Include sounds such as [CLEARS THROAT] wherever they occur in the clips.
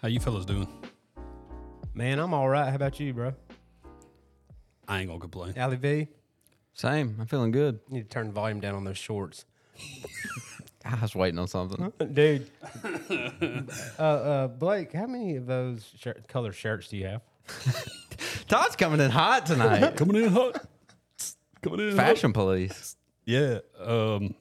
How you fellas doing? Man, I'm all right. How about you, bro? I ain't gonna complain. Allie V, Same. I'm feeling good. you need to turn the volume down on those shorts. I was waiting on something. Dude. [LAUGHS] uh, uh, Blake, how many of those shirt, color shirts do you have? Todd's coming in hot [LAUGHS] tonight. Coming in hot. [LAUGHS] Coming in hot. Fashion police. Yeah. Um,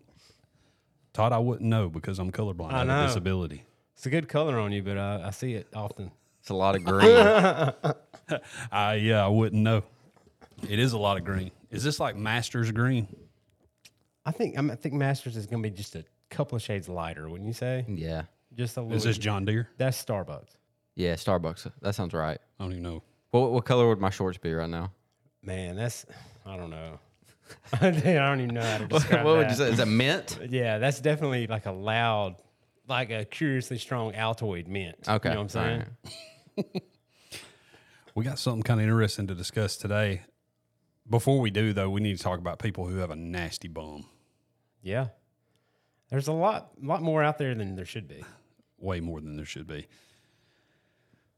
Todd, I wouldn't know because I'm colorblind. I have a know. disability. It's a good color on you, but uh, I see it often. It's a lot of [LAUGHS] green. I yeah, I wouldn't know. It is a lot of green. Is this like Masters green? I think I'm, I think Masters is going to be just a couple of shades lighter, wouldn't you say? yeah. Just a little. Is this John Deere? That's Starbucks. Yeah, Starbucks. That sounds right. I don't even know. What, what color would my shorts be right now? Man, that's I don't know. Dude, [LAUGHS] I don't even know how to What, describe would that. you say? Is it mint? Yeah, that's definitely like a loud, like a curiously strong Altoid mint. Okay. you know what I'm saying? all right. We got something kind of interesting to discuss today. Before we do though, we need to talk about people who have a nasty bum. Yeah, there's a lot, lot more out there than there should be. way more than there should be.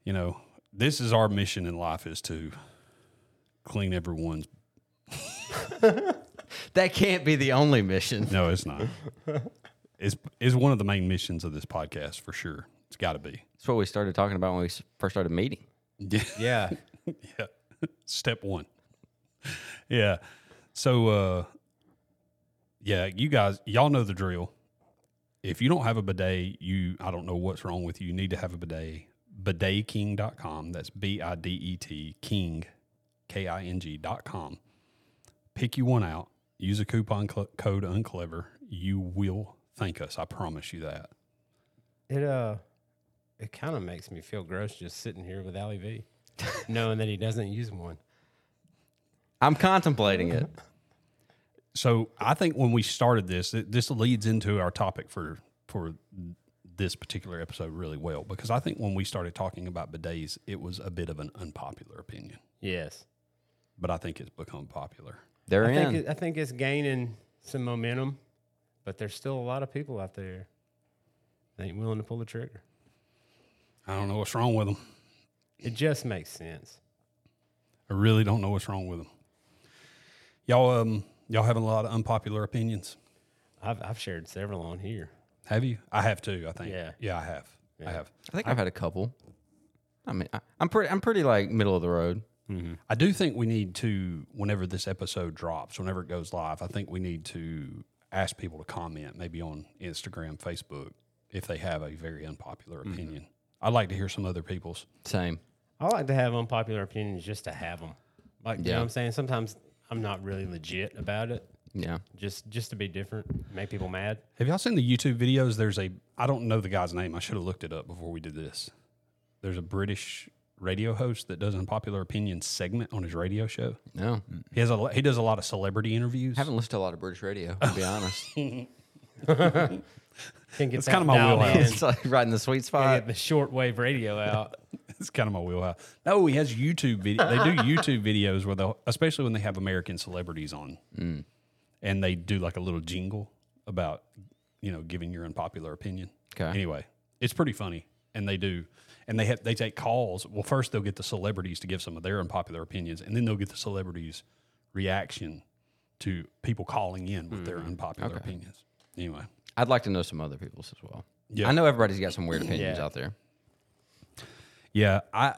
You know, this is our mission in life is to clean everyone's. That can't be the only mission. No, it's not. it's is one of the main missions of this podcast for sure. It's got to be. [LAUGHS] That's what we started talking about when we s- first started meeting. Yeah. [LAUGHS] Yeah, yeah. Step one. [LAUGHS] yeah. So, uh, yeah, you guys, y'all know the drill. If you don't have a bidet, you, I don't know what's wrong with you. You need to have a bidet. BidetKing.com. That's B I D E T King, K I N G dot com. Pick you one out. Use a coupon cl- code unclever. You will thank us. I promise you that. it uh, it kind of makes me feel gross just sitting here with Ali [LAUGHS] V, knowing that he doesn't use one. I'm contemplating it. so I think when we started this, th- this leads into our topic for for this particular episode really well because I think when we started talking about bidets, it was a bit of an unpopular opinion, Yes, but I think it's become popular. [LAUGHS] They're I think in. it, I think it's gaining some momentum, but there's still a lot of people out there that ain't willing to pull the trigger. I don't know what's wrong with them. It just makes sense. I really don't know what's wrong with them. Y'all, um, y'all having a lot of unpopular opinions? I've I've shared several on here. Have you? I have too. I think. Yeah. Yeah, I have. I have. I think I've had a couple. I mean, I, I'm pretty. I'm pretty like middle of the road. I do think we need to, whenever this episode drops, whenever it goes live, I think we need to ask people to comment maybe on Instagram, Facebook, if they have a very unpopular opinion. I'd like to hear some other people's. Same. I like to have unpopular opinions just to have them. Like you know Yeah. what I'm saying? Sometimes I'm not really legit about it. Yeah. Just just to be different, make people mad. Have y'all seen the YouTube videos? There's a, I don't know the guy's name. I should have looked it up before we did this. There's a British radio host that does an unpopular opinion segment on his radio show. No. He has a, he does a lot of celebrity interviews. haven't listened to a lot of British radio. To be honest, [LAUGHS] Think That's kinda my wheelhouse. it's like right in the sweet I spot. get the shortwave radio out. [LAUGHS] It's kind of my wheelhouse. No, he has YouTube video. They do YouTube videos where they, will especially when they have American celebrities on, Mm. and they do like a little jingle about, you know, giving your unpopular opinion. 'Kay. Anyway, it's pretty funny, and they do, and they have they take calls. Well, first they'll get the celebrities to give some of their unpopular opinions, and then they'll get the celebrities' reaction to people calling in with Mm. their unpopular opinions. Anyway, I'd like to know some other people's as well. Yeah. I know everybody's got some weird opinions Yeah. out there. yeah, I.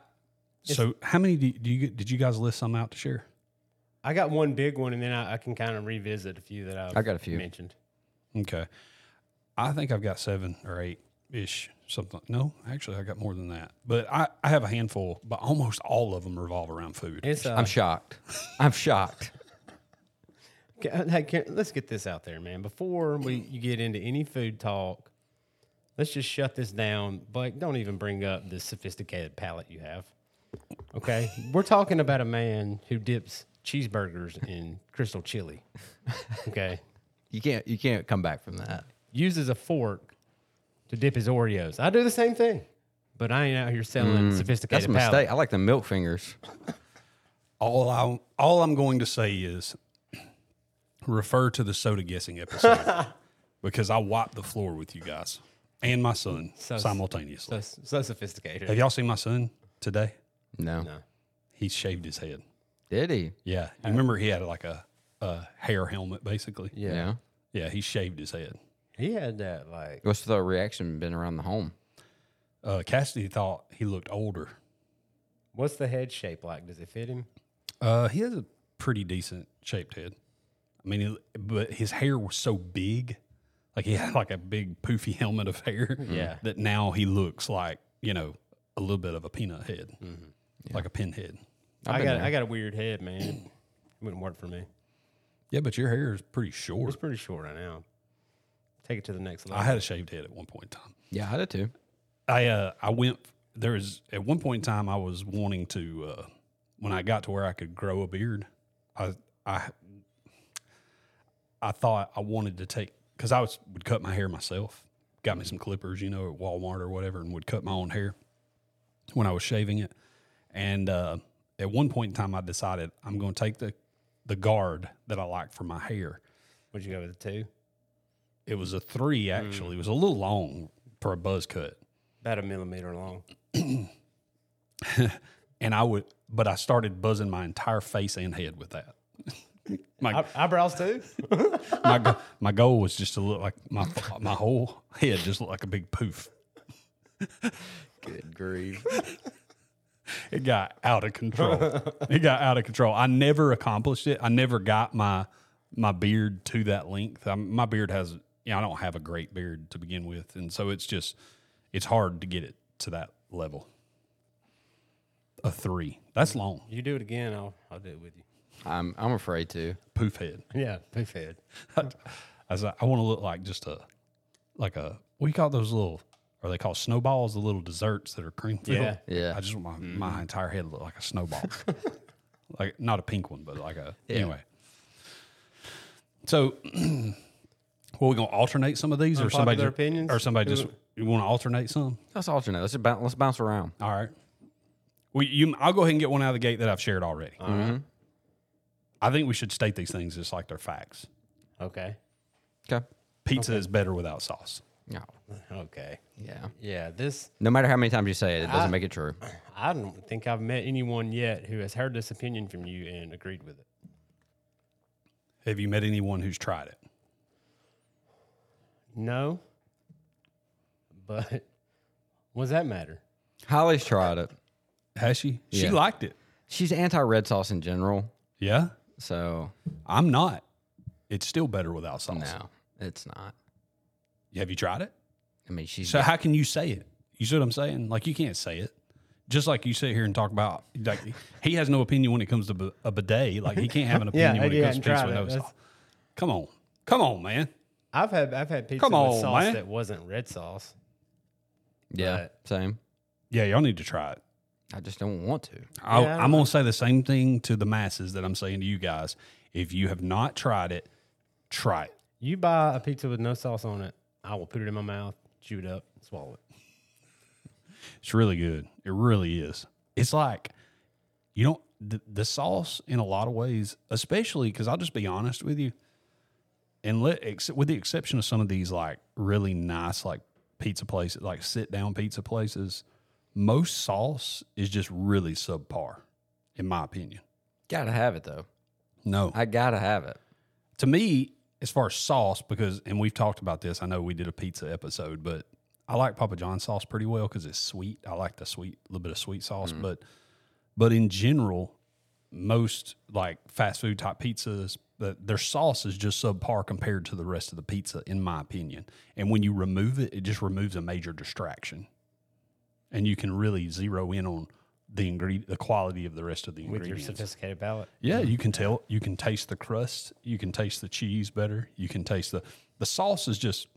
So, how many do you, do you did you guys list some out to share? I got one big one, and then I, I can kind of revisit a few that I've I got a few. mentioned. Okay. I think I've got seven or eight ish, something. No, actually, I got more than that. But I, I have a handful, but almost all of them revolve around food. It's uh, I'm shocked. I'm shocked. Ca- Hey, can, let's get this out there, man. Before we you get into any food talk, let's just shut this down. Blake, don't even bring up the sophisticated palate you have. Okay, we're talking about a man who dips cheeseburgers in crystal chili. Okay, You can't. You can't come back from that. uses a fork to dip his Oreos. I do the same thing, but I ain't out here selling Mm, That's sophisticated a mistake. palate. I like the milk fingers. All, I, all I'm going to say is [LAUGHS] refer to the soda guessing episode because I wiped the floor with you guys. and my son So- simultaneously. So, so sophisticated. Have y'all seen my son today? No. No. He shaved his head. Did he? Yeah, you remember he had like a, a hair helmet basically. Yeah. Yeah, he shaved his head. He had that like What's the reaction been around the home? Uh, Cassidy thought he looked older. what's the head shape like? Does it fit him? Uh, he has a pretty decent shaped head. I mean, he, but his hair was so big, like he had like a big poofy helmet of hair. [LAUGHS] Yeah. that now he looks like you know a little bit of a peanut head, Mm-hmm. like a pinhead. I've I been got there. I got a weird head, man. It wouldn't work for me. Yeah, but your hair is pretty It's short. pretty short right now. Take it to the next level. I had a shaved head at one point in time. Yeah, I did too. I uh, I went there was at one point in time I was wanting to uh, when I got to where I could grow a beard, I I I thought I wanted to take because I was would cut my hair myself. Got me some clippers, you know, at Walmart or whatever, and would cut my own hair when I was shaving it. And uh, at one point in time, I decided I'm going to take the the guard that I like for my hair. Would you go with the two? It was a three actually. It was a little long for a buzz cut. About a millimeter long. [LAUGHS] and I would, but I started buzzing my entire face and head with that. [LAUGHS] my, Eye- Eyebrows too? [LAUGHS] my go- my goal was just to look like my my whole head just looked like a big poof. Good grief. It got out of control. it got out of control. I never accomplished it. I never got my my beard to that length. i my beard has, you know, I don't have a great beard to begin with, and so it's just it's hard to get it to that level. A three. That's long. you do it again, I'll I'll do it with you. [LAUGHS] I'm I'm afraid to. Poof head. Yeah, poof head. I, I was like, I want to look like just a, like a, what do you call those little, are they called snowballs? The little desserts that are cream filled. Yeah. Mm-hmm. Yeah. I just want my, my entire head to look like a [LAUGHS] snowball. like, not a pink one, but like a, anyway. So, [CLEARS THROAT] well, we going to alternate some of these or somebody, Unpopular ju- opinions? or somebody Who- just, you want to alternate some? Let's alternate. Let's just bounce, let's bounce around. All right. Well, you, I'll go ahead and get one out of the gate that I've shared already. I think we should state these things just like they're facts. Okay. Okay. Pizza is better without sauce. No. Okay. Yeah. Yeah, this No matter how many times you say it, it doesn't make it true. I don't think I've met anyone yet who has heard this opinion from you and agreed with it. Have you met anyone who's tried it? No. But [LAUGHS] what does that matter? Holly's tried it. Has she? She Yeah. liked it. She's anti red sauce in general. Yeah. So I'm not. It's still better without sauce. no, it's not. Have you tried it? I mean, she's So how can you say it? You see what I'm saying? Like you can't say it. Just like you sit here and talk about, like he has no opinion when it comes to bu- a bidet. Like he can't have an Yeah, opinion when maybe it I comes to hadn't pizza with tried no it. That's- sauce. Come on, come on, man. I've had I've had pizza Come on, with sauce man. that wasn't red sauce. yeah, but- same. Yeah, y'all need to try it. I just don't want to. I, Yeah, I don't I'm going to say the same thing to the masses that I'm saying to you guys. If you have not tried it, try it. You buy a pizza with no sauce on it, I will put it in my mouth, chew it up, swallow it. It's really good. It really is. It's like you don't the, the sauce in a lot of ways, especially because I'll just be honest with you, and let ex- with the exception of some of these like really nice like pizza places, like sit down pizza places, most sauce is just really subpar, in my opinion. Gotta have it though. No, I gotta have it. to me, as far as sauce, because and we've talked about this. I know we did a pizza episode, but I like Papa John sauce pretty well because it's sweet. I like the sweet, little bit of sweet sauce, Mm-hmm. but but in general, most like fast food type pizzas, the, their sauce is just subpar compared to the rest of the pizza, in my opinion. And when you remove it, it just removes a major distraction, and you can really zero in on the ingredient, the quality of the rest of the With your ingredients. sophisticated palate. Yeah, you can tell. You can taste the crust. You can taste the cheese better. You can taste the the sauce is just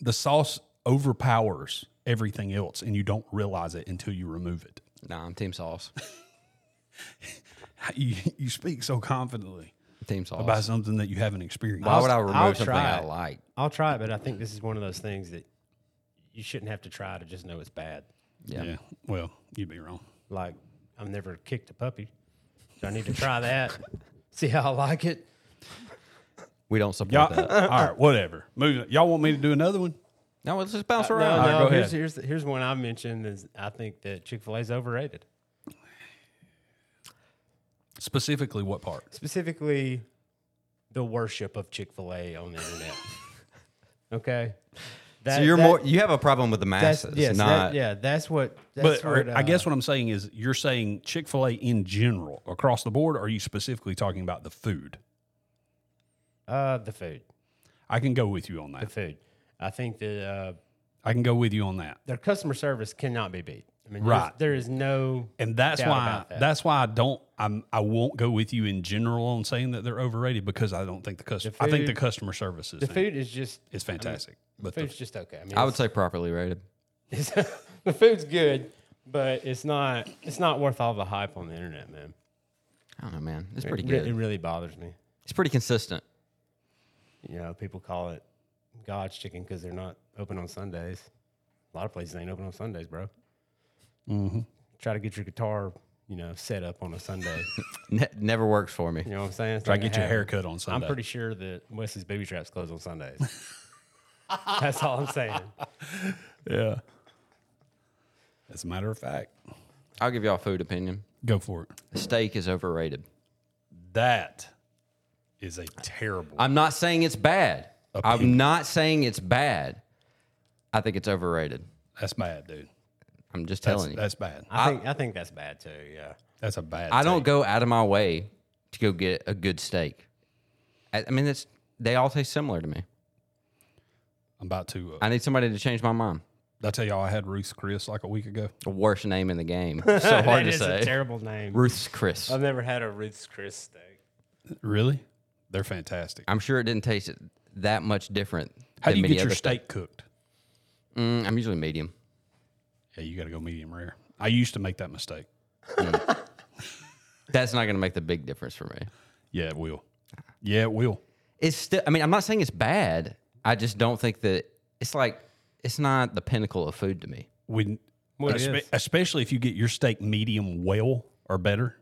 the sauce overpowers everything else, and you don't realize it until you remove it. Nah, I'm team sauce. You, [LAUGHS] you speak so confidently Team sauce. about something that you haven't experienced. Why would I remove I'll something try I it. like? I'll try it, but I think this is one of those things that you shouldn't have to try to just know it's bad. yeah. Well, you'd be [LAUGHS] wrong. Like I've never kicked a puppy. So I need to try that. [LAUGHS] See how I like it. We don't support Y'all, that. all right, whatever. Moving. Y'all want me to do another one? No, let's just bounce Uh, No, around. right, no, go here's, ahead. here's here's one I mentioned is I think that Chick Fil A is overrated. Specifically, what part? Specifically, the worship of Chick Fil A on [LAUGHS] the internet. okay, That- so you're that- more you have a problem with the That's masses, yes, that- not yeah. That's what. That's But are- what, I uh, guess what I'm saying is you're saying Chick fil A in general across the board. Or are you specifically talking about the food? uh, the food, I can go with you on the that. food. I think that uh, I can go with you on that. their customer service cannot be beat. I mean, there's- Right. there is no. And that's Doubt why about that. that's why I don't I'm I won't go with you in general on saying that they're overrated because I don't think the customer I think the food- customer service is, The food is just. is fantastic. but the, Food's just okay. I mean, I would say properly rated. it's, [LAUGHS] the food's good, but it's not. It's not worth all the hype on the internet, man. I don't know, man. It's pretty It, re- it good. really bothers me. It's pretty consistent. You know, people call it God's chicken because they're not open on Sundays. A lot of places ain't open on Sundays, bro. Mm-hmm. Try to get your guitar, you know, set up on [LAUGHS] a Sunday. Ne- never works for me. you know what I'm saying? It's try to not get gonna your hair happen. cut on Sunday. I'm pretty sure that Wesley's booby traps close [LAUGHS] on Sundays. That's all I'm saying. yeah. As a matter of fact, I'll give y'all a food opinion. go for it. Steak is overrated. That is a terrible. I'm not saying it's bad. I'm not saying it's bad. I think it's overrated. that's bad, dude. I'm just That's, telling you. that's bad. I, think I think that's bad too. Yeah. That's a bad. I don't go out of my way to go get a good steak. I, I mean, it's they all taste similar to me. I'm about to. Uh, I need somebody to change my mind. I tell y'all, I had Ruth's Chris like a week ago. The worst name in [LAUGHS] the game. So hard That to is a say. terrible name. Ruth's Chris. I've never had a Ruth's Chris steak. Really? They're fantastic. I'm sure it didn't taste that much different. How than do you many get your other steak cooked? Mm, I'm usually medium. Yeah, you got to go medium rare. I used to make that mistake. That's not going to make the big difference for me. Yeah, it will. Yeah, it will. It's still. I mean, I'm not saying it's bad. I just don't think that it's like it's not the pinnacle of food to me. When Well, it espe- is. especially if you get your steak medium well or better,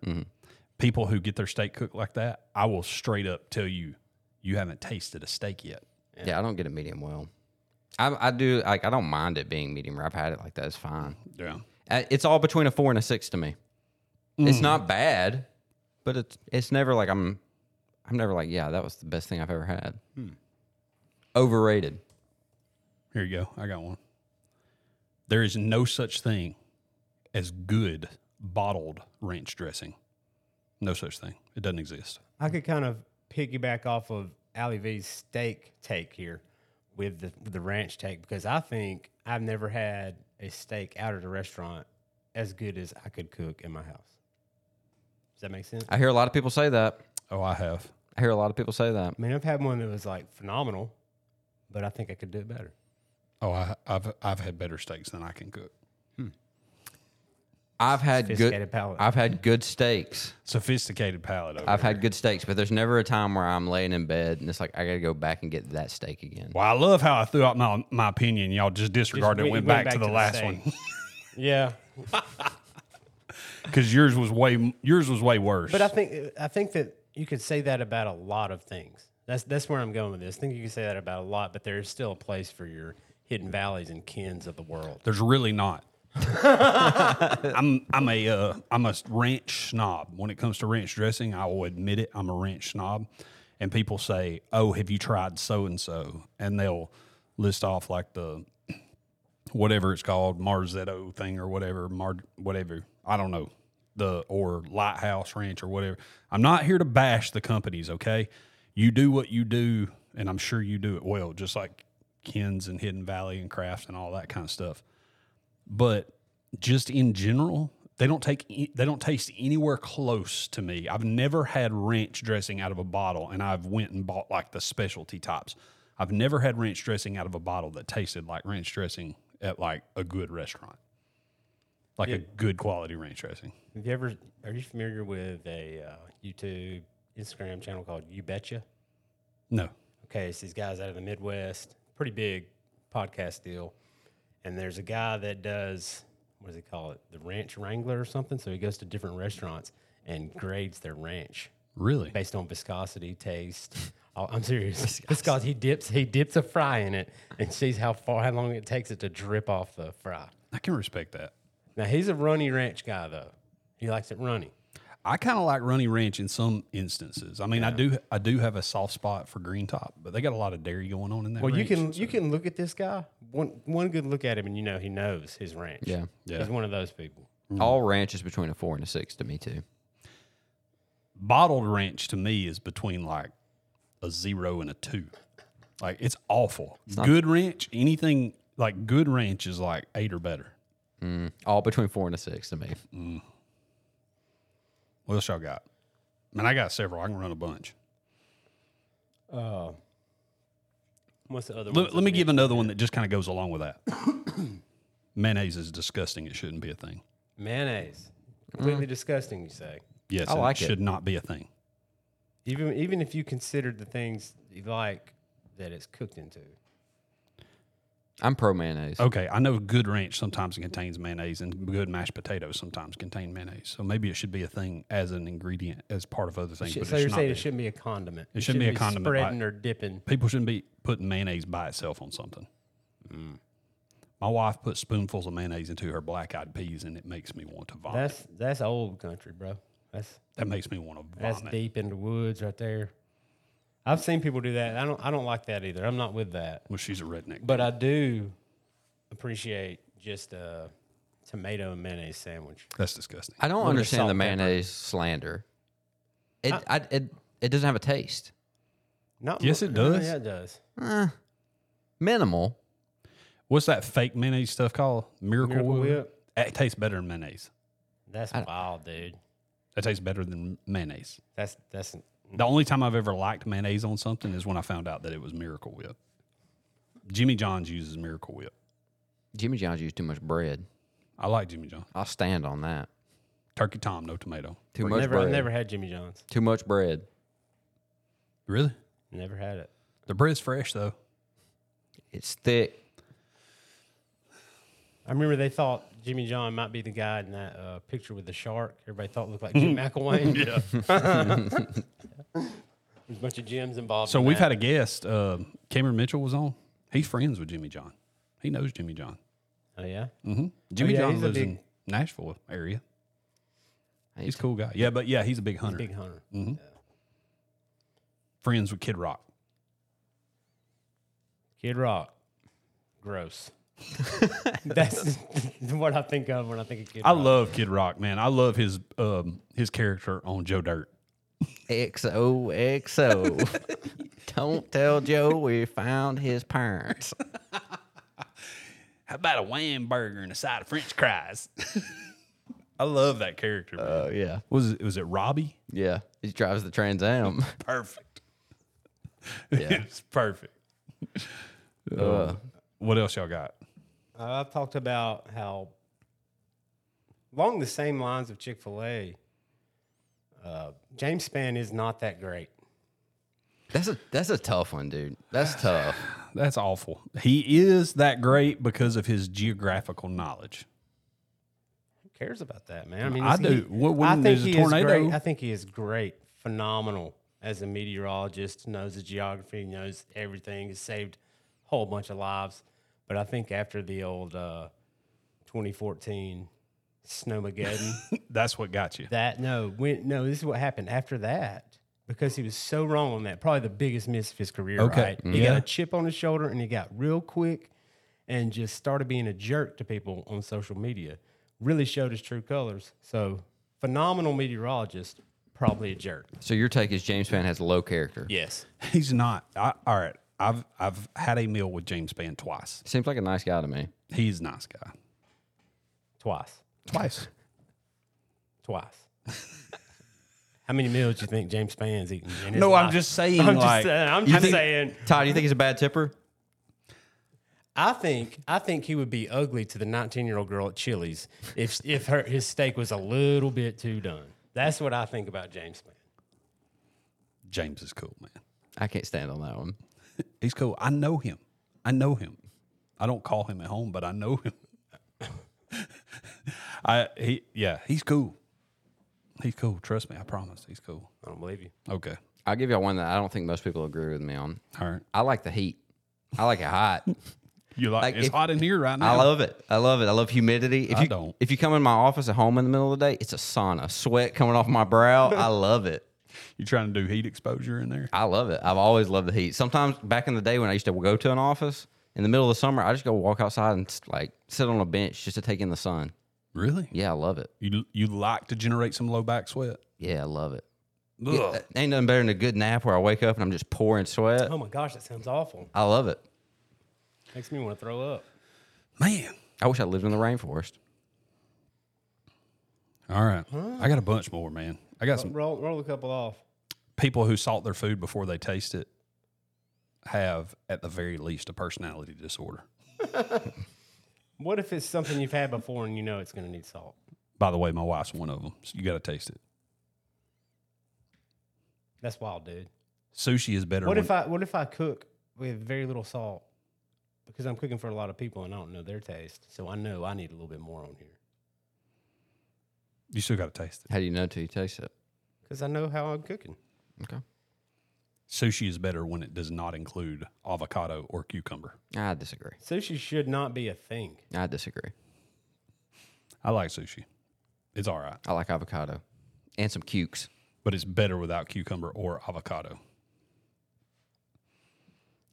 people who get their steak cooked like that, I will straight up tell you, you haven't tasted a steak yet. Yeah, I don't get a medium well. I, I do like I don't mind it being medium rare. I've had it like that. It's fine. Yeah. Uh, It's all between a four and a six to me. It's not bad, but it's it's never like I'm I'm never like yeah that was the best thing I've ever had. Overrated. Here you go. I got one. There is no such thing as good bottled ranch dressing. No such thing. It doesn't exist. I could kind of piggyback off of Ali V's steak take here with the with the ranch take because I think I've never had a steak out at a restaurant as good as I could cook in my house. Does that make sense? I hear a lot of people say that. Oh, I have. I hear a lot of people say that. I mean, I've had one that was like phenomenal, but I think I could do it better. Oh, I, I've I've had better steaks than I can cook. I've had good Sophisticated palate. I've had good steaks. Sophisticated palate. Over I've here. had good steaks, but there's never a time where I'm laying in bed and it's like I got to go back and get that steak again. Well, I love how I threw out my my opinion. Y'all just disregarded Just it. Went, went- back, to went back the to the last steak. one [LAUGHS] [LAUGHS] yeah, because yours was way yours was way worse. but I think I think that you could say that about a lot of things. That's that's where I'm going with this. I think you can say that about a lot, but there is still a place for your hidden valleys and kins of the world. There's really not. I'm I'm a uh, I'm a ranch snob. When it comes to ranch dressing, I will admit it. I'm a ranch snob, and people say, "Oh, have you tried so and so?" And they'll list off like the whatever it's called Marzetto thing or whatever Mar whatever I don't know the or Lighthouse Ranch or whatever. I'm not here to bash the companies. Okay, you do what you do, and I'm sure you do it well, just like Kins and Hidden Valley and Crafts and all that kind of stuff but just in general, they don't take e, they don't taste anywhere close to me. I've never had ranch dressing out of a bottle, and I've went and bought like the specialty types. I've never had ranch dressing out of a bottle that tasted like ranch dressing at like a good restaurant, like a good quality ranch dressing. Have you ever? Are you familiar with a uh, YouTube, Instagram channel called You Betcha? No, Okay, it's these guys out of the Midwest, pretty big podcast deal, and there's a guy that does what does he call it? The Ranch Wrangler or something. So he goes to different restaurants and grades their ranch really, [LAUGHS] based on viscosity, taste, Oh, I'm serious. It's because he dips he dips a fry in it and sees how far how long it takes it to drip off the fry. I can respect that. Now he's a runny ranch guy though. He likes it runny. I kind of like runny ranch in some instances. I mean, I do I do have a soft spot for green top, but they got a lot of dairy going on in that. Well, you ranch. can you can look at this guy one one good look at him and you know he knows his ranch. Yeah. Yeah. he's one of those people. All ranch is between a four and a six to me too. bottled ranch to me is between like a zero and a two. Like it's awful. good ranch, anything like good ranch is like eight or better. All between four and a six to me. What else y'all got? Man, I got several. I can run a bunch. What's the other Uh, Let, one? let me give another one that just kind of goes along with that. [COUGHS] Mayonnaise is disgusting. It shouldn't be a thing. Mayonnaise. Completely disgusting, you say. Yes, I and like it it. should not be a thing. Even even if you considered the things you like that it's cooked into. I'm pro mayonnaise. Okay, I know good ranch sometimes contains mayonnaise, and good mashed potatoes sometimes contain mayonnaise. So maybe it should be a thing as an ingredient, as part of other things. Shit, but so it you're should not saying be. it shouldn't be a condiment. It, shouldn't be a condiment, like- Spreading or dipping. people shouldn't be putting mayonnaise by itself on something. My wife puts spoonfuls of mayonnaise into her black eyed peas, and it makes me want to vomit. That's that's old country, bro. That's that makes me want to that's vomit. deep in the woods right there. I've seen people do that. I don't I don't like that either. I'm not with that. Well, she's a redneck. But I do appreciate just a tomato and mayonnaise sandwich. That's disgusting. I don't bit of understand salt, the pepper. mayonnaise slander. It, I, it it doesn't have a taste. Eh. Not Yes, mu- it does. Yeah, it does. Minimal. What's that fake mayonnaise stuff called? Miracle, Miracle Whip? Whip. It tastes better than mayonnaise. That's wild, dude. That tastes better than mayonnaise. That's that's The only time I've ever liked mayonnaise on something is when I found out that it was Miracle Whip. Jimmy John's uses Miracle Whip. Jimmy John's use too much bread. I like Jimmy John. I'll stand on that. Turkey Tom, no tomato. Too much never. bread. I've never had Jimmy John's. Too much bread. Really? Never had it. The bread's fresh though. It's thick. I remember they thought Jimmy John might be the guy in that uh, picture with the shark. Everybody thought looked like Jim McElwain. yeah. [LAUGHS] There's a bunch of Jims involved. So in we've had that. a guest. Uh, Cameron Mitchell was on. He's friends with Jimmy John. He knows Jimmy John. Oh yeah. hmm Jimmy yeah, John he's a lives big- in Nashville area. I He's used a cool guy. Yeah, but yeah, he's a big hunter. Mm-hmm. Big hunter. Friends with Kid Rock. Kid Rock. [LAUGHS] Gross. That's [LAUGHS] what I think of when I think of Kid I Rock. love Kid Rock, man. I love his um, his character on Joe Dirt. to- [LAUGHS] XOXO. Don't tell Joe we found his parents. How about a wham burger and a side of French fries? [LAUGHS] I love that character. Man. [LAUGHS] Oh yeah, was it, was it Robbie? yeah. He drives the Trans Am. Perfect. [LAUGHS] it's perfect. Um, Uh, What else y'all got? Uh, I've talked about how along the same lines of Chick Fil A. Uh, James Spann is not that great. [LAUGHS] that's a that's a tough one, dude. That's tough. [SIGHS] That's awful. He is that great because of his geographical knowledge. Who cares about that, man? I mean, I it's- do. What- when there's a he Is tornado- great. I think he is great, phenomenal as a meteorologist. Knows the geography, knows everything. Has saved a whole bunch of lives. But I think after the old uh, 2014 snowmageddon, [LAUGHS] That's what got you. that no, when, no, this is what happened after that because he was so wrong on that. Probably the biggest miss of his career. Okay. right? he Yeah. got a chip on his shoulder and he got real quick and just started being a jerk to people on social media. Really showed his true colors. So phenomenal meteorologist, probably a jerk. So your take is James Fan has low character. Yes, He's not. I, all right. I've I've had a meal with James Spann twice. Seems like a nice guy to me. He's a nice guy. twice, Twice. [LAUGHS] twice. How many meals do you think James Spann's eating? in his no, I'm life? just saying. [LAUGHS] I'm like, just saying. I'm You just think- saying. Todd, do you think he's a bad tipper? I think I think he would be ugly to the 19 year old girl at Chili's if if her his steak was a little bit too done. That's what I think about James Man. James is cool, man. I can't stand on that one. He's cool. I know him. I know him. I don't call him at home, but I know him. [LAUGHS] I he yeah, he's cool. He's cool. Trust me. I promise. He's cool. I don't believe you. Okay. I'll give y'all one that I don't think most people agree with me on. All right. I like the heat. I like [LAUGHS] it hot. You like, Like, it's if- hot in here right now. I love it. I love it. I love humidity. If I you don't. if you come in my office at home in the middle of the day, it's a sauna. Sweat coming off my brow. [LAUGHS] I love it. you trying to do heat exposure in there? I love it. I've always loved the heat. Sometimes back in the day when I used to go to an office in the middle of the summer, I just go walk outside and s- like sit on a bench just to take in the sun. Really? Yeah, I love it. You you like to generate some low back sweat? uh, Yeah, I love it. Ugh. Yeah, that- ain't nothing better than a good nap where I wake up and I'm just pouring sweat. Oh my gosh, that sounds awful. I love it. Makes me want to throw up. Man. I wish I lived in the rainforest. All right. I got a bunch more, man. I got some Roll, roll a couple off. people who salt their food before they taste it have at the very least a personality disorder. What if it's something you've had before and you know it's going to need salt? By the way, my wife's one of them. So you got to taste it. That's wild, dude. Sushi is better. What when- if I what if I cook with very little salt? Because I'm cooking for a lot of people and I don't know their taste, so I know I need a little bit more on here. you still got to taste it. How do you know till you taste it? Because I know how I'm cooking. Okay. Sushi is better when it does not include avocado or cucumber. I disagree. Sushi should not be a thing. I disagree. I like sushi. It's all right, I like avocado and some cukes. but it's better without cucumber or avocado.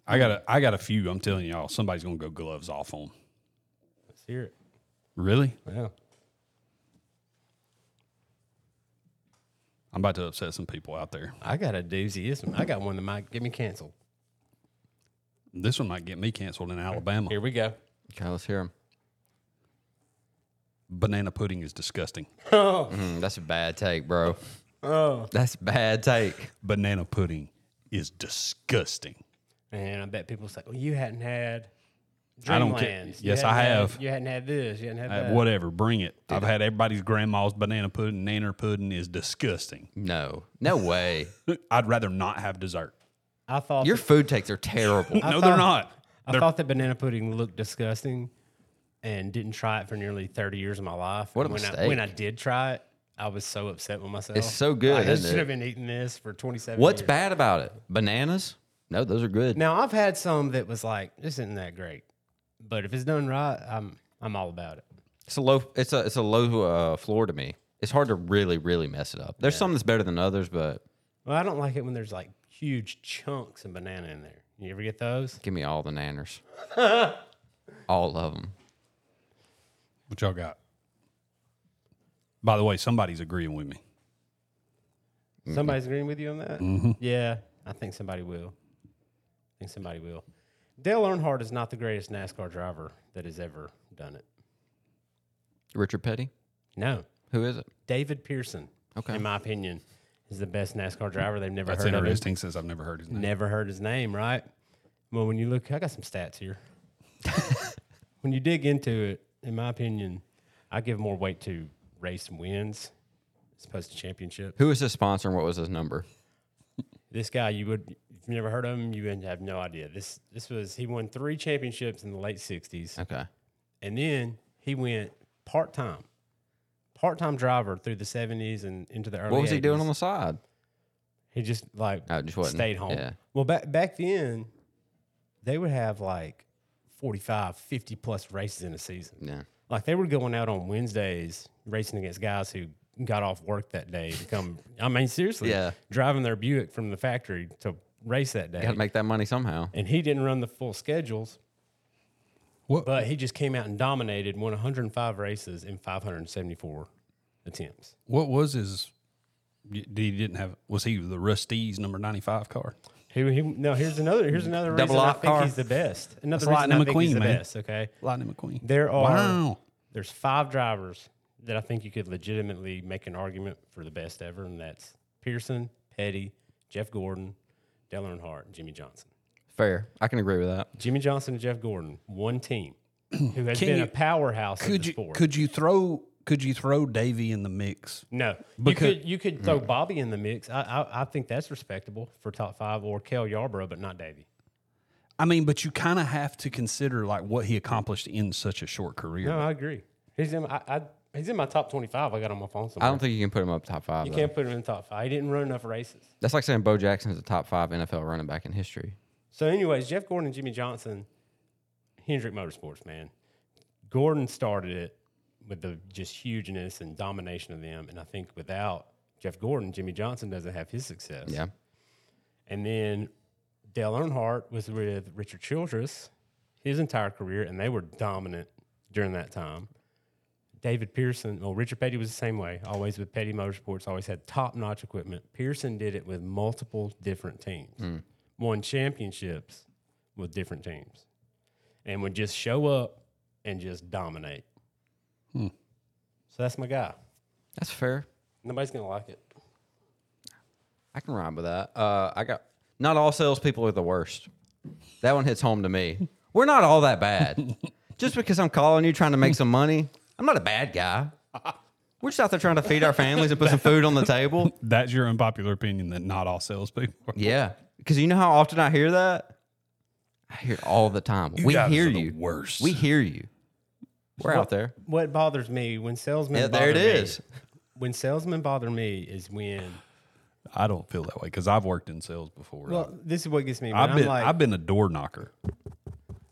I got a, I got a few. I'm telling y'all, somebody's gonna go gloves off on. Let's hear it. Really? Yeah. I'm about to upset some people out there. I got a doozy. This one, I got one that might get me canceled. This one might get me canceled in Alabama. Here we go. Okay, let's hear them. Banana pudding is disgusting. Hmm, that's a bad take, bro. Oh. That's a bad take. Banana pudding is disgusting. And I bet people say, well, you hadn't had I don't care. Dreamlands. You Yes, I hadn't had- have. you hadn't had this. You hadn't had Uh, that. whatever, bring it. I've had everybody's grandma's banana pudding. Nanner pudding is disgusting. [LAUGHS] No, no way. I'd rather not have dessert. I thought Your food takes are terrible. no, thought- they're not. I thought that banana pudding looked disgusting and didn't try it for nearly 30 years of my life. What a And when I, mistake. when I did try it, I was so upset with myself. It's so good, Like, I isn't should it? have been eating this for 27 What's years. bad about it? Bananas? No, those are good. Now, I've had some that was like, this isn't that great. But if it's done right, I'm I'm all about it. It's a low. It's a it's a low uh, floor to me. It's hard to really really mess it up. There's some that's better than others, but Well, I don't like it when there's like huge chunks of banana in there. You ever get those? give me all the [LAUGHS] nanners, all of them. What y'all got? By the way, somebody's agreeing with me. Mm-hmm. Somebody's agreeing with you on that? Yeah, I think somebody will. I think somebody will. Dale Earnhardt is not the greatest NASCAR driver that has ever done it. Richard Petty. No. Who is it? David Pearson, Okay. in my opinion, is the best NASCAR driver. They've never That's heard of him. interesting since I've never heard his name. Never heard his name, right? Well, when you look, I got some stats [LAUGHS] here. when you dig into it, in my opinion, I give more weight to race wins as opposed to championship. Who was his sponsor and what was his number? This guy, you would, if you never heard of him, you would have no idea. This, this was, he won three championships in the late 60s. Okay. And then he went part time, part time driver through the 70s and into the early What was he doing 80s. on the side? He just like No, just wasn't. stayed home. Yeah. Well, back back then, they would have like 45, 50 plus races in a season. Yeah. Like they were going out on Wednesdays racing against guys who got off work that day to [LAUGHS] come. I mean, seriously, Yeah. driving their Buick from the factory to race that day. Got to make that money somehow. and he didn't run the full schedules. What- But he just came out and dominated, won 105 races in 574 attempts. What was his? y- He didn't have. Was he the Rusty's number ninety five car? He, he, no, here's another here's another Double reason I off think car. he's the best. Another That's reason I Lightning think he's McQueen, the man. best. Okay, Lightning McQueen. There are- Wow. there's five drivers that I think you could legitimately make an argument for the best ever, and that's Pearson, Petty, Jeff Gordon, Dale Earnhardt, and Jimmy Johnson. Fair. I can agree with that. Jimmy Johnson and Jeff Gordon, [CLEARS THROAT] one team, who has Can been you- a powerhouse of Could the you sport. could you throw could you throw Davy in the mix? no, Because- Mm. you could you could throw Bobby in the mix. I, I I think that's respectable for top five or Kel Yarbrough, but not Davey. I mean, but you kind of have to consider like what he accomplished in such a short career. No, I agree. He's in, I, I He's in my top 25. I got on my phone I somewhere. don't think you can put him up top five. you though. can't put him in the top five. He didn't run enough races. That's like saying Bo Jackson's a top five NFL running back in history. So, anyways, Jeff Gordon and Jimmy Johnson, Hendrick Motorsports, man. Gordon started it with the just hugeness and domination of them. And I think without Jeff Gordon, Jimmy Johnson doesn't have his success. Yeah. And then Dale Earnhardt was with Richard Childress his entire career, and they were dominant during that time. David Pearson, well, Richard Petty was the same way, always with Petty Motorsports, always had top notch equipment. Pearson did it with multiple different teams, Hmm. won championships with different teams, and would just show up and just dominate. Hmm. So that's my guy. That's fair. Nobody's going to like it. I can ride with that. Uh, I got not all salespeople are the worst. That one hits home to [LAUGHS] me. We're not all that bad. just because I'm calling you trying to make some money, I'm not a bad [LAUGHS] guy. We're just out there trying to feed our families and put some food on the table. That's your unpopular opinion that not all salespeople. Are. Yeah, because you know how often I hear that. I hear it all the time. we guys hear are the you. worst. We hear you. We're out there. What bothers me when salesmen. Yeah, there it bother me- is. when salesmen bother me is when I don't feel that way because I've worked in sales before. well this is what gets me I've man. been i'm like I've been a door knocker.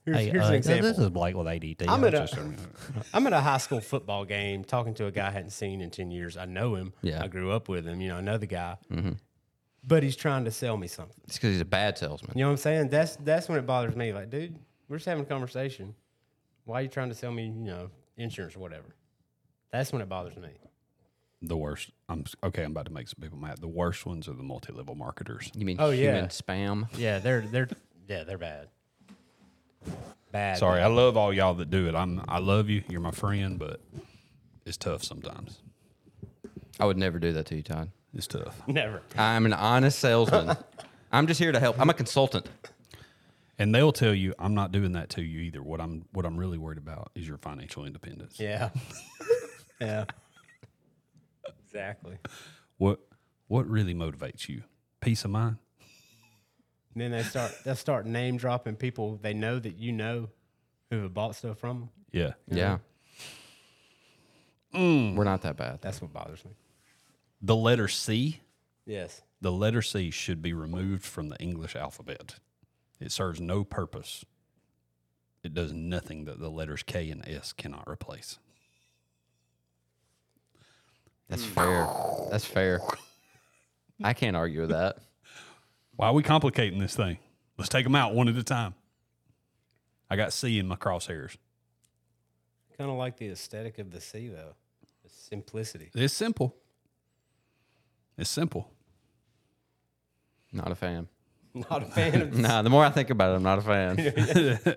here's, here's an example Blake with ADT. I'm at, a, Just, I mean, [LAUGHS] I'm at a high school football game talking to a guy I hadn't seen in 10 years i know him Yeah. i grew up with him you know i know the guy but he's trying to sell me something It's because he's a bad salesman. you know what i'm saying that's that's when it bothers me like dude we're just having a conversation why are you trying to sell me you know insurance or whatever that's when it bothers me the worst. I'm s- okay. I'm about to make some people mad. The worst ones are the multi-level marketers. You mean Oh, human yeah. spam? yeah they're they're yeah they're bad bad Sorry, I love all y'all that do it. I'm I love you. You're my friend, but it's tough sometimes. I would never do that to you, Todd. It's tough. [LAUGHS] never I'm an [LAUGHS] honest salesman. I'm just here to help. I'm a consultant. And they'll tell you I'm not doing that to you either. What I'm what I'm really worried about is your financial independence. Yeah. [LAUGHS] yeah. Exactly. What what really motivates you? Peace of mind. And then they start they start name dropping people they know that you know who have bought stuff from. 'em. Yeah. Mm. Yeah. We're not that bad. That's what bothers me. The letter C, Yes. the letter C should be removed from the English alphabet. It serves no purpose. It does nothing that the letters K and S cannot replace. That's Mm. fair. That's fair. I can't argue with that. Why are we complicating this thing? Let's take them out one at a time. I got C in my crosshairs. Kind of like the aesthetic of the sea though. The simplicity. [LAUGHS] It's simple. It's simple. Not a fan. Not a fan of Nah, the more I think about it, I'm not [LAUGHS] a fan.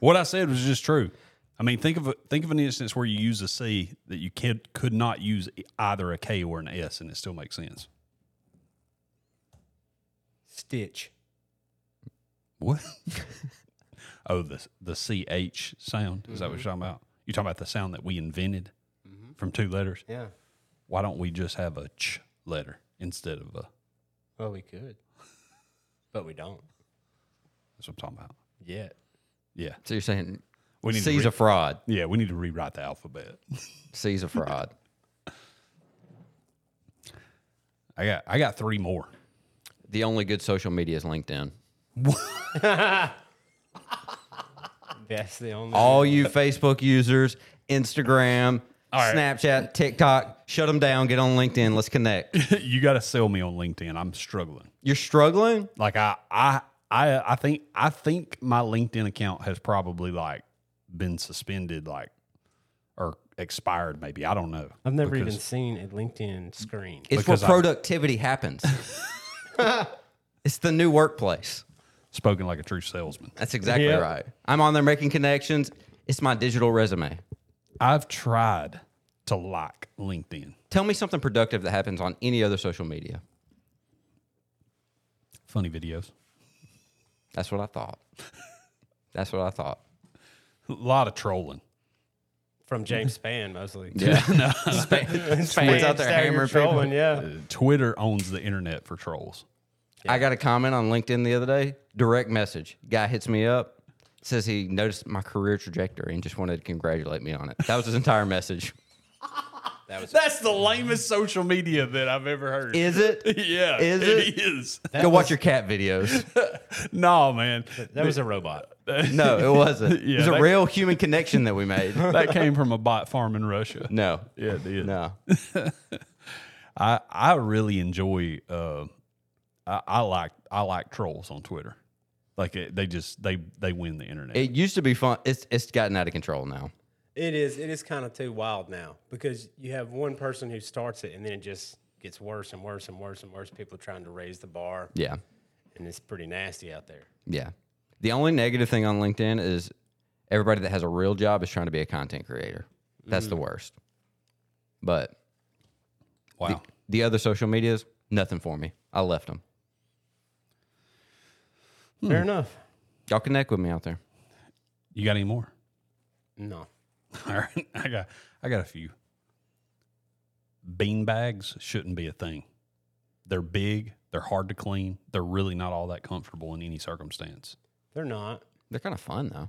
What I said was just true. I mean, think of a, think of an instance where you use a C that you could could not use e, either a K or an S, and it still makes sense. [LAUGHS] stitch. What? [LAUGHS] oh, the the CH sound. Is that what you're talking about? You're talking about the sound that we invented from two letters. Yeah. Why don't we just have a ch letter instead of a? Well we could. But we don't That's what I'm talking about. yet. Yeah, so you're saying we need C's to a fraud. re- yeah we need to rewrite the alphabet. C's a fraud. I got I got three more. [LAUGHS] the only good social media is LinkedIn. That's the only All you Facebook users, Instagram, right. Snapchat, TikTok, shut them down. Get on LinkedIn. Let's connect. you got to sell me on LinkedIn. I'm struggling. You're struggling? Like I I I I think I think my LinkedIn account has probably like been suspended like or expired maybe. I don't know. I've never even Because- seen a LinkedIn screen. It's Because I- where productivity happens. it's the new workplace. spoken like a true salesman. That's exactly Yeah. right. I'm on there making connections. It's my digital resume. I've tried to like LinkedIn. Tell me something productive that happens on any other social media. Funny videos. [LAUGHS] That's what I thought. That's what I thought. A lot of trolling. From James Spann mostly. [LAUGHS] Yeah. no. Spans out there hammering people. trolling, yeah. Uh, Twitter owns the internet for trolls. I got a comment on LinkedIn the other day. Direct message. Guy hits me up, says he noticed my career trajectory and just wanted to congratulate me on it. That was his entire message. That was That's the lamest social media that I've ever heard. Is it? [LAUGHS] yeah, Is it is. that Go watch was- your cat videos. No, man, That was a robot. No, it wasn't. Yeah, it was a that- real human connection that we made. that came from a bot farm in Russia. No. [LAUGHS] Yeah, it did. No. I I really enjoy. Uh, I, I like I like trolls on Twitter. Like it, they just they they win the internet. It used to be fun. It's it's gotten out of control now. It is. It is kind of too wild now because you have one person who starts it and then it just gets worse and worse and worse and worse. People are trying to raise the bar, Yeah. and it's pretty nasty out there. Yeah. The only negative thing on LinkedIn is everybody that has a real job is trying to be a content creator. That's the worst. But wow. the other social medias, nothing for me. I left them. Fair enough. Y'all connect with me out there. you got any more? [LAUGHS] No. All right, I got I got a few. Bean bags shouldn't be a thing. They're big. They're hard to clean. They're really not all that comfortable in any circumstance. They're not. They're kind of fun though.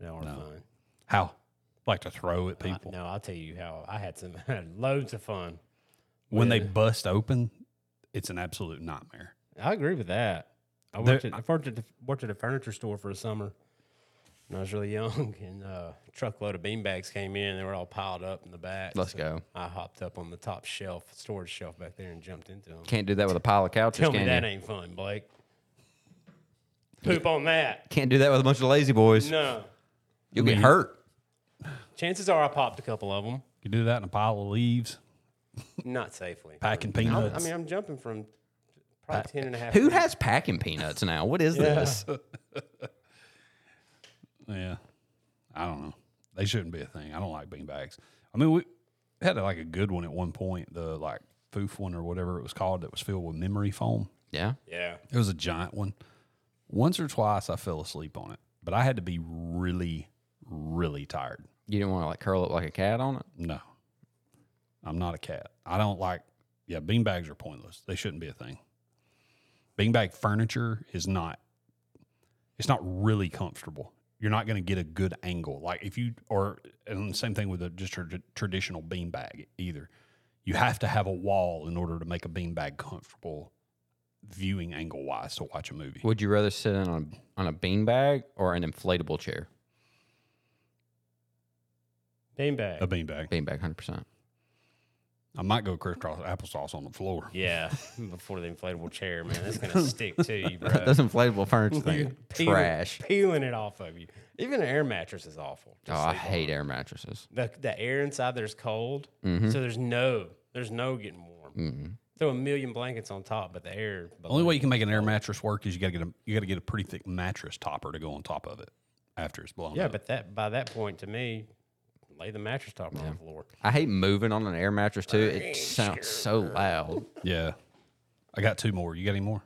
They are fun. How? Like to throw at I- people no, I'll tell you how I had some [LAUGHS] had loads of fun. when they bust open. It's an absolute nightmare. I agree with that. I There- worked at I worked at, the, worked at a furniture store for a summer when I was really young, [LAUGHS] and uh, a truckload of beanbags came in. They were all piled up in the back. Let's so go. I hopped up on the top shelf, storage shelf back there, and jumped into them. Can't do that with a pile of couches. Tell me can that you? ain't fun, Blake. Poop on that. Can't do that with a bunch of lazy boys. No. You'll get hurt. Chances are I popped a couple of them. You do that in a pile of leaves, Not safely. packing I'm- peanuts. I mean, I'm jumping from probably 10 and a half. Who feet. has packing peanuts now? What is this? Yeah. I don't know. They shouldn't be a thing. I don't like beanbags. I mean, we had like a good one at one point, the like foof one or whatever it was called that was filled with memory foam. Yeah. Yeah. It was a giant one. Once or twice I fell asleep on it, but I had to be really, really tired. You didn't want to like curl up like a cat on it. No, I'm not a cat. I don't like, yeah, beanbags are pointless. They shouldn't be a thing. Beanbag furniture is not, it's not really comfortable. You're not going to get a good angle. Like if you, or, and the same thing with a, just a tr- traditional beanbag either. You have to have a wall in order to make a beanbag comfortable viewing angle wise to watch a movie. Would you rather sit in on on a beanbag or an inflatable chair? Beanbag. A beanbag. Beanbag, hundred percent. I might go crisscross applesauce on the floor. yeah. [LAUGHS] Before the inflatable chair, man. That's [LAUGHS] going to stick to you, bro. [LAUGHS] Those inflatable furniture thing, Peeling- trash. Peeling it off of you. Even an air mattress is awful. Oh, Just I hate air mattresses. Mm-hmm. the, the air inside there's cold. So there's no, there's no getting warm. Throw a million blankets on top, but the air. Only way you can make an air mattress work is you gotta get a you gotta get a pretty thick mattress topper to go on top of it after it's blown. Yeah, up. but that by that point, to me, lay the mattress top on the floor. I hate moving on an air mattress too. It sounds so loud. yeah. I got two more. You got any more?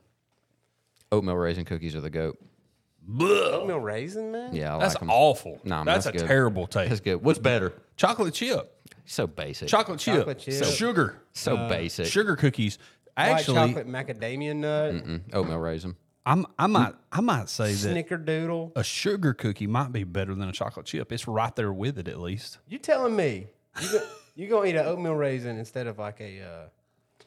Oatmeal raisin cookies are the goat. Oatmeal raisin, man. Yeah, I That's like them. awful. Nah, man, that's, that's a good. terrible That's taste. good. What's better? Chocolate chip, So basic. chocolate chip, Chocolate chip. sugar, so basic. sugar cookies. White Actually, chocolate macadamia nut, Mm, Oatmeal raisin. I'm I might I might say that snickerdoodle. a sugar cookie might be better than a chocolate chip. It's right there with it at least. You telling me you go, [LAUGHS] you gonna eat an oatmeal raisin instead of like a uh,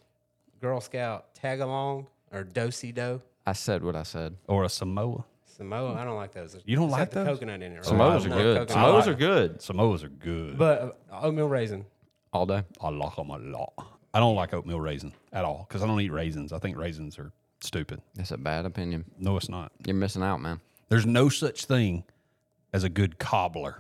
Girl Scout tag along or dosi do I said what I said. Or a Samoa. Samoa? I don't like those. You don't It's got like the those? coconut in it. Right? Samoas I are love good. coconut. Samoas are good. Samoas are good. But uh, oatmeal raisin. All day. I like them a lot. I don't like oatmeal raisin at all because I don't eat raisins. I think raisins are stupid. That's a bad opinion. No, it's not. You're missing out, man. There's no such thing as a good cobbler.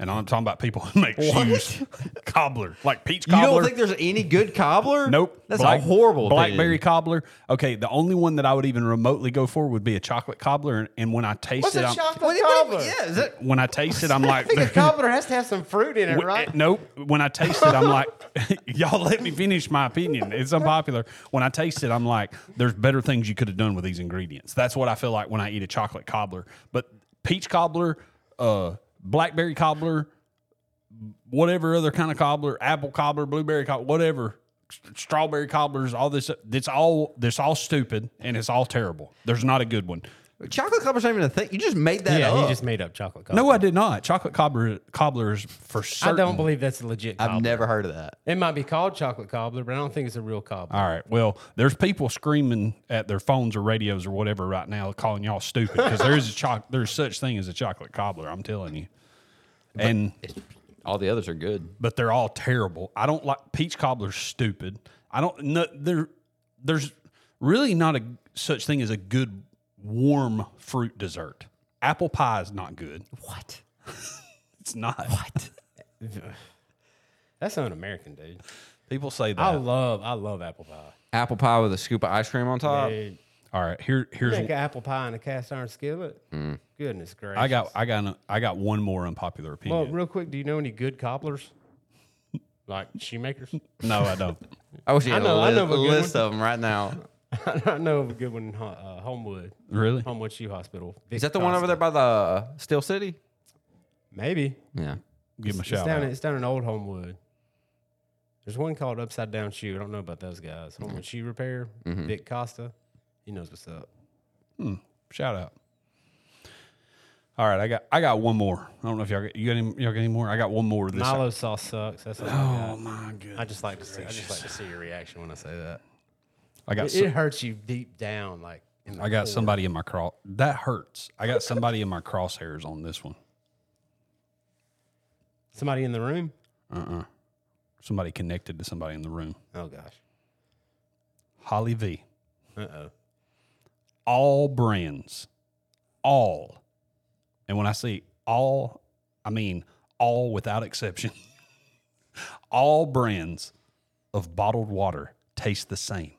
And I'm talking about people who make shoes. [LAUGHS] cobbler, like peach You cobbler. don't think there's any good cobbler? nope. That's Black- a horrible Blackberry opinion. cobbler. Okay, the only one that I would even remotely go for would be a chocolate cobbler. And, and when I taste What's it, a I'm, chocolate What do you- what do cobbler? you- yeah, is that when I taste [LAUGHS] it, I'm I like, think [LAUGHS] a cobbler has to have some fruit in it, W- right? eh, Nope. When I taste it, I'm like, [LAUGHS] y'all let me finish my opinion. It's unpopular. When I taste it, I'm like, there's better things you could have done with these ingredients. That's what I feel like when I eat a chocolate cobbler. But peach cobbler, uh, blackberry cobbler, whatever other kind of cobbler, apple cobbler, blueberry cobbler, whatever, s- strawberry cobblers, all this, it's all, it's all stupid and it's all terrible. There's not a good one. Chocolate cobbler's not even a thing. You just made that yeah, up. he just made up chocolate cobbler. No, I did not. Chocolate cobbler, cobblers for I certain. don't believe that's a legit cobbler. I've never heard of that. It might be called chocolate cobbler, but I don't think it's a real cobbler. All right. Well, there's people screaming at their phones or radios or whatever right now, calling y'all stupid because there is a choc- there's such thing as a chocolate cobbler. I'm telling you. And All the others are good. but they're all terrible. I don't like peach cobbler's stupid. I don't no, there there's really not a such thing as a good warm fruit dessert. Apple pie is not good. What? [LAUGHS] It's not. What? That's not an American, dude. People say that. I love, I love apple pie. Apple pie with a scoop of ice cream on top. Dude, all right, here Uh, here's Mm. think of apple pie in a cast iron skillet. Goodness gracious! I got I got an, I got one more unpopular Well, opinion. real quick, do you know any good cobblers? [LAUGHS] Like shoemakers? [LAUGHS] no, I don't. I wish you had know- a, I li- know of a a good list one. of them right now. I know of a good one in Ho- uh, Homewood, [LAUGHS] Really? Homewood Shoe Hospital. Is that the one over there by the uh, Steel City? Maybe. Yeah. Give him a It's shout down, out. it's down in Old Homewood. There's one called Upside Down Shoe. I don't know about those guys. Mm-hmm. Homewood Shoe Repair, Vic Costa. He knows what's up. Shout out. All right, I got I got one more. I don't know if y'all got, you got any y'all got any more. I got one more. This Milo sauce sucks. That's all I oh got. my goodness. I just like to see. I just like to see your reaction when I say that. I got It, so- it hurts you deep down, like. In the I got core. somebody in my cross. That hurts. I got somebody in my crosshairs on this one. somebody in the room. Uh-uh. Somebody connected to somebody in the room. Oh gosh. Holly V. Uh oh. All brands. All. And when I say all, I mean all without exception. [LAUGHS] all brands of bottled water taste the same.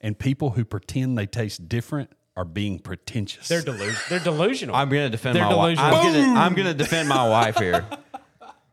And people who pretend they taste different are being pretentious. They're delusional. They're delusional. I'm gonna defend They're my wife. delusional. I'm gonna, I'm gonna defend my wife here.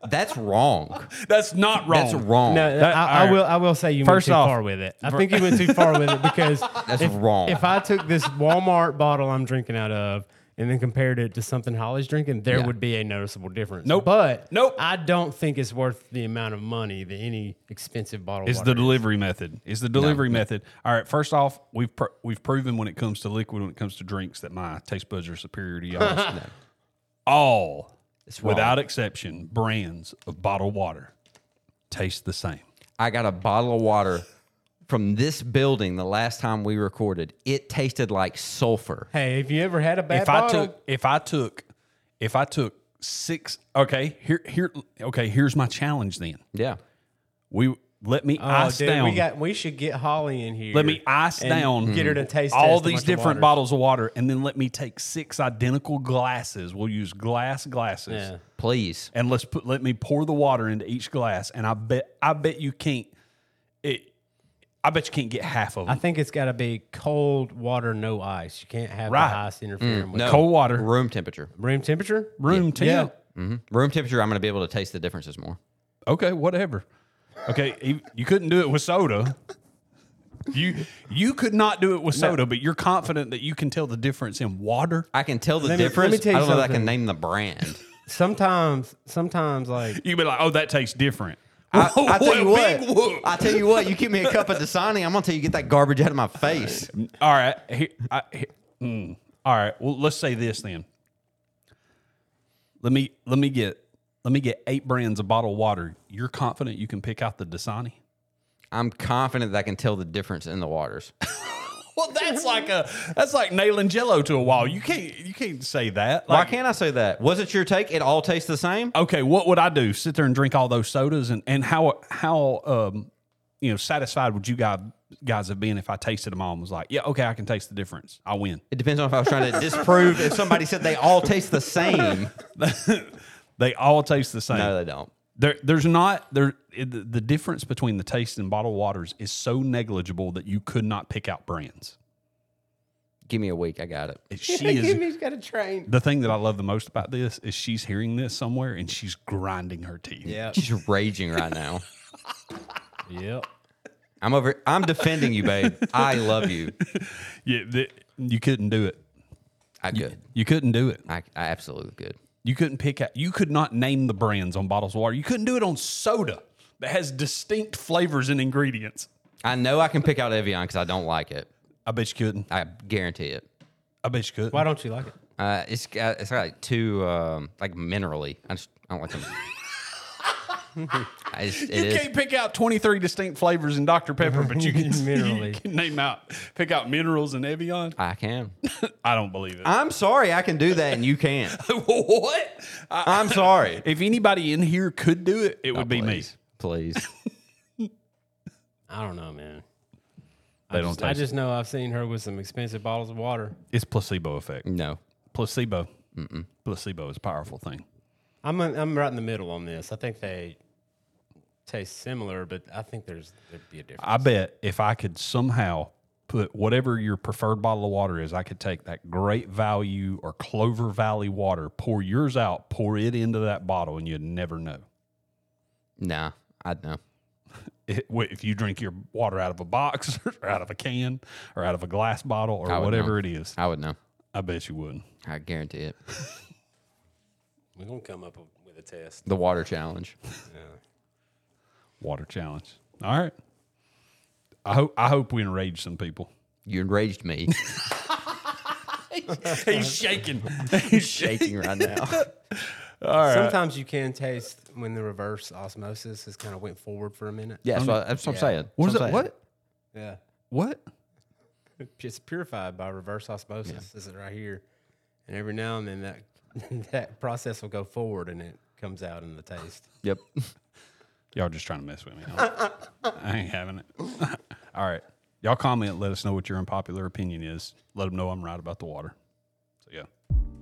That's wrong. That's not wrong. That's wrong. no, That- I, I alright. will. I will say you First went too off- far with it. I think you went too far with [LAUGHS] it because That's wrong. if I took this Walmart bottle I'm drinking out of and then compared it to something Holly's drinking, there would be a noticeable difference. Nope. But Nope. I don't think it's worth the amount of money that any expensive bottle. of Is water the delivery method? Is the delivery method? All right. First off, we've pr- we've proven when it comes to liquid, when it comes to drinks, that my taste buds are superior to [LAUGHS] yours. All, wrong. without exception, brands of bottled water taste the same. I got a bottle of water from this building the last time we recorded. It tasted like sulfur. Hey, have you ever had a bad if bottle? I took, if I took, if I took six, okay, here, here, okay, here's my challenge. Then Yeah. we let me oh, ice dude, down. we got. We should get Holly in here. let me ice and down Mm-hmm. Get her to taste all test a bunch these of different waters. bottles of water, and then let me take six identical glasses. We'll use glass glasses, Yeah. Please. and let's put let me pour the water into each glass. And I bet I bet you can't it. I bet you can't get half of I them. think it's got to be cold water, no ice. You can't have Right. the ice interfering with No. Cold water, Room temperature. room temperature. room temp. hmm Room temperature. I'm gonna be able to taste the differences more. Okay, whatever. Okay, you- you couldn't do it with soda. You you could not do it with soda, but you're confident that you can tell the difference in water. I can tell the me- let difference. me tell you I don't know that I can something. name [LAUGHS] the brand. Sometimes, sometimes like You'd be like, "Oh, that tastes different." [LAUGHS] I, Oh, I tell you Big whoop. what. I tell you what. You give me a cup of Dasani, I'm gonna tell you get that garbage out of [LAUGHS] my face. All right. He, I, he- mm. all right. Well, let's say this then. Let me let me get let me get eight brands of bottled water. You're confident you can pick out the Dasani? I'm confident that I can tell the difference in the waters. Well, that's like a that's like nailing Jello to a wall. You can't you can't say that. Why Like, Oh. can't I say that? Was it your take? It all tastes the same. okay, what would I do? Sit there and drink all those sodas and and how how um you know satisfied would you guys guys have been if I tasted them all and was like, yeah, okay, I can taste the difference. I win. [LAUGHS] It depends on if I was trying to disprove if somebody said they all taste the same. They all taste the same. No, they don't. There, there's not there. it- The the difference between the taste in bottled waters is so negligible that you could not pick out brands. Give me a week. I got it. [LAUGHS] [LAUGHS] She is has got a train. the thing that I love the most about this is she's hearing this somewhere and she's grinding her teeth. [LAUGHS] Yep. She's raging right now. Yep. I'm over. I'm defending you, babe. I love you. Yeah, th- you couldn't do it. I could. You couldn't do it. I, I absolutely could. You couldn't pick out. You could not name the brands on bottles of water. You couldn't do it on soda that has distinct flavors and ingredients. I know I can pick out Evian because I don't like it. I bet you couldn't. I guarantee it. I bet you could. Why don't you like it? Uh, it's got it's got like two um, like minerally. I just I don't like them. [LAUGHS] I just, it You is- can't pick out 23 distinct flavors in Dr. Pepper, but [LAUGHS] you can, Minerally. you can name out, pick out minerals in Evian. I can. I [LAUGHS] don't believe it. I'm sorry, I can do that, and you can't. what? I- I'm sorry. if anybody in here could do it, it would be me. Oh, please. Please. I don't know, man. They I don't just, I taste just know I've seen her with some expensive bottles of water. It's placebo effect. No. Placebo. Placebo is a powerful thing. I'm I'm right in the middle on this. I think they taste similar, but I think there's there'd be a difference. I bet if I could somehow put whatever your preferred bottle of water is, I could take that great value or Clover Valley water, pour yours out, pour it into that bottle, and you'd never know. Nah. I know. It- wh- if you drink your water out of a box [LAUGHS] or out of a can or out of a glass bottle or I would whatever it is, I would know. I bet you would. I guarantee it. We're gonna come up with a test. The water challenge. Water challenge. All right. I hope I hope we enrage some people. You [LAUGHS] enraged me. He's [LAUGHS] shaking. He's shaking right now. Sometimes you can taste when the reverse osmosis has kind of went forward for a minute. Yeah, that's what, that's what I'm saying. What is That's that? I'm saying. What? Yeah, What? it's purified by reverse osmosis. This is right here, and every now and then that [LAUGHS] that process will go forward and it comes out in the taste. Yep. Y'all just trying to mess with me. huh? [LAUGHS] I ain't having it. [LAUGHS] All right. Y'all comment. Let us know what your unpopular opinion is. Let them know I'm right about the water. So, yeah.